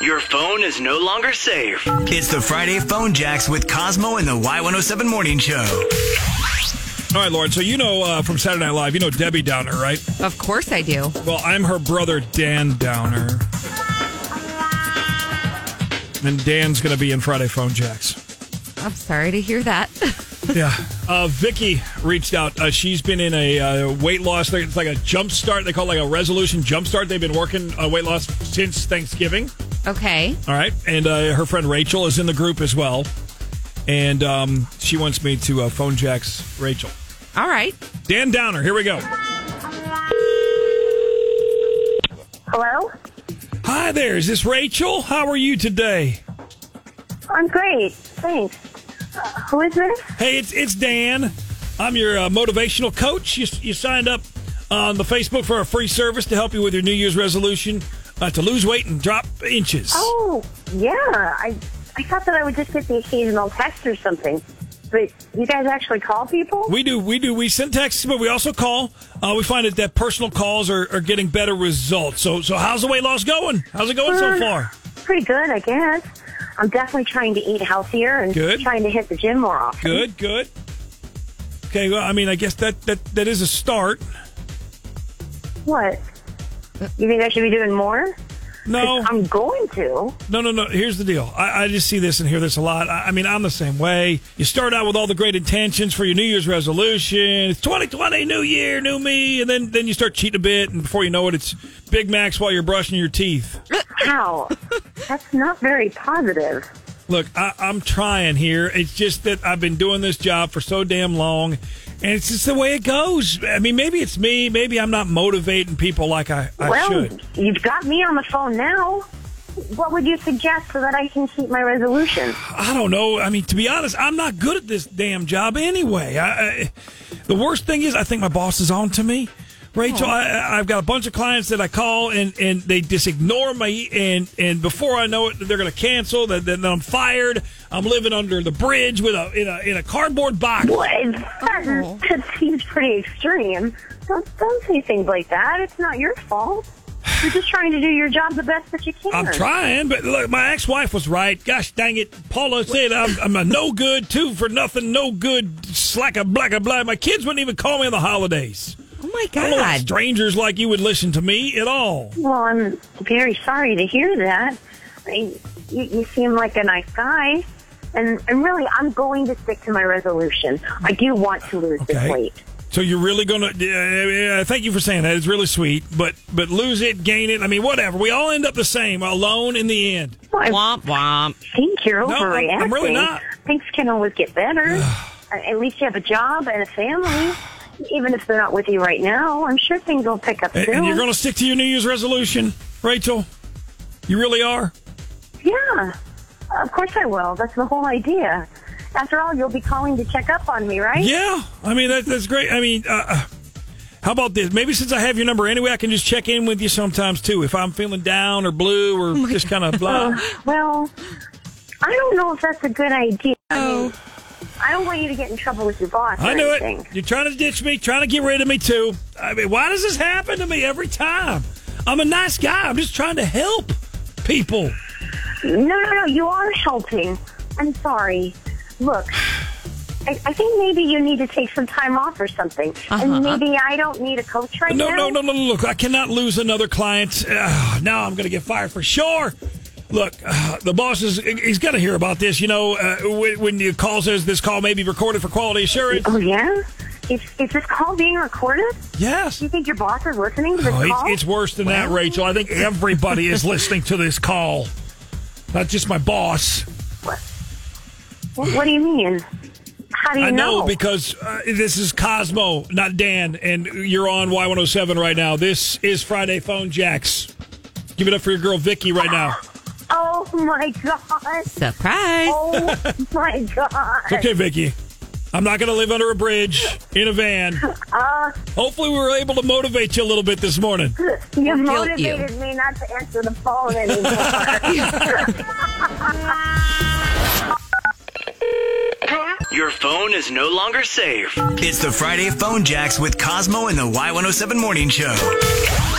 Your phone is no longer safe. It's the Friday Phone Jacks with Cosmo and the Y107 Morning Show. All right, Lauren. So you know uh, from Saturday Night Live, you know Debbie Downer, right? Of course I do. Well, I'm her brother, Dan Downer. And Dan's going to be in Friday Phone Jacks. I'm sorry to hear that. Yeah. Uh, Vicky reached out. Uh, she's been in a uh, weight loss. It's like a jump start. They call it like a resolution jump start. They've been working uh, weight loss since Thanksgiving. okay. All right. And uh, her friend Rachel is in the group as well. And um, she wants me to uh, phone jacks Rachel. All right. Dan Downer, here we go. Hello? Hi there. Is this Rachel? How are you today? I'm great. Thanks. Uh, who is this? Hey, it's it's Dan. I'm your uh, motivational coach. You, you signed up on the Facebook for a free service to help you with your New Year's resolution uh, to lose weight and drop inches. Oh, yeah. I I thought that I would just get the occasional text or something. But you guys actually call people? We do, we do. We send texts, but we also call. Uh, we find that, that personal calls are, are getting better results. So, so how's the weight loss going? How's it going so Uh, far? Pretty good, I guess. I'm definitely trying to eat healthier and Good. trying to hit the gym more often. Good, good. Okay, well, I mean, I guess that that, that is a start. What? You think I should be doing more? No, I'm going to. No, no, no. Here's the deal. I, I just see this and hear this a lot. I, I mean, I'm the same way. You start out with all the great intentions for your New Year's resolution. It's 2020, new year, new me, and then then you start cheating a bit, and before you know it, it's Big Macs while you're brushing your teeth. How? That's not very positive. Look, I, I'm trying here. It's just that I've been doing this job for so damn long, and it's just the way it goes. I mean, maybe it's me. Maybe I'm not motivating people like I, I well, should. you've got me on the phone now. What would you suggest so that I can keep my resolution? I don't know. I mean, to be honest, I'm not good at this damn job anyway. I, I, the worst thing is, I think my boss is on to me. Rachel, I- I, I've got a bunch of clients that I call and, and they just ignore me, and, and before I know it, they're going to cancel. Then, then I'm fired. I'm living under the bridge with a in a in a cardboard box. Well, that, Oh. that seems pretty extreme. Don't, don't say things like that. It's not your fault. You're just trying to do your job the best that you can. I'm trying, but look, my ex-wife was right. Gosh dang it, Paula said I'm, I'm a no good, two for nothing, no good, slacker, blacker, blah. My kids wouldn't even call me on the holidays. Oh my I don't want God. strangers like you would listen to me at all. Well, I'm very sorry to hear that. I mean, you, you seem like a nice guy. And, and really, I'm going to stick to my resolution. I do want to lose Okay. this weight. So you're really gonna? Yeah, yeah, thank you for saying that. It's really sweet. But but lose it, gain it. I mean, whatever. We all end up the same, alone in the end. Well, I Womp womp. think you're No, I'm- overreacting. I'm really not. Things can always get better. At at least you have a job and a family. Even if they're not with you right now, I'm sure things will pick up And, soon. and you're gonna stick to your New Year's resolution, Rachel. You really are. Yeah, of course I will. That's the whole idea. After all, you'll be calling to check up on me, right? Yeah. I mean, that, that's great. I mean, uh, uh, how about this? Maybe since I have your number anyway, I can just check in with you sometimes too. If I'm feeling down or blue or just kind of blah. Well, I don't know if that's a good idea. I, mean, I don't want you to get in trouble with your boss. I or knew anything. it. You're trying to ditch me, trying to get rid of me too. I mean, why does this happen to me every time? I'm a nice guy. I'm just trying to help people. No, no, no. You are helping. I'm sorry. Look, I, I think maybe you need to take some time off or something. And maybe I don't need a coach right No, now. no, no, no. Look, I cannot lose another client. Uh, now I'm going to get fired for sure. Look, uh, the boss is, he's going to hear about this. You know, uh, when, when the call says this call may be recorded for quality assurance. Oh, yeah? Is, is this call being recorded? Yes. Do you think your boss is listening to this Oh, call? it's, it's worse than that, Rachel. I think everybody is listening to this call, not just my boss. What, what do you mean? How do you I know because uh, this is Cosmo, not Dan, and you're on Y107 right now. This is Friday Phone Jacks. Give it up for your girl Vicky right now. Oh my god! Surprise. Oh my god! It's okay, Vicky. I'm not going to live under a bridge in a van. Uh, Hopefully, we were able to motivate you a little bit this morning. You guilt you. motivated me not to answer the phone anymore. Your phone is no longer safe. It's the Friday Phone Jacks with Cosmo and the Y107 Morning oh Show.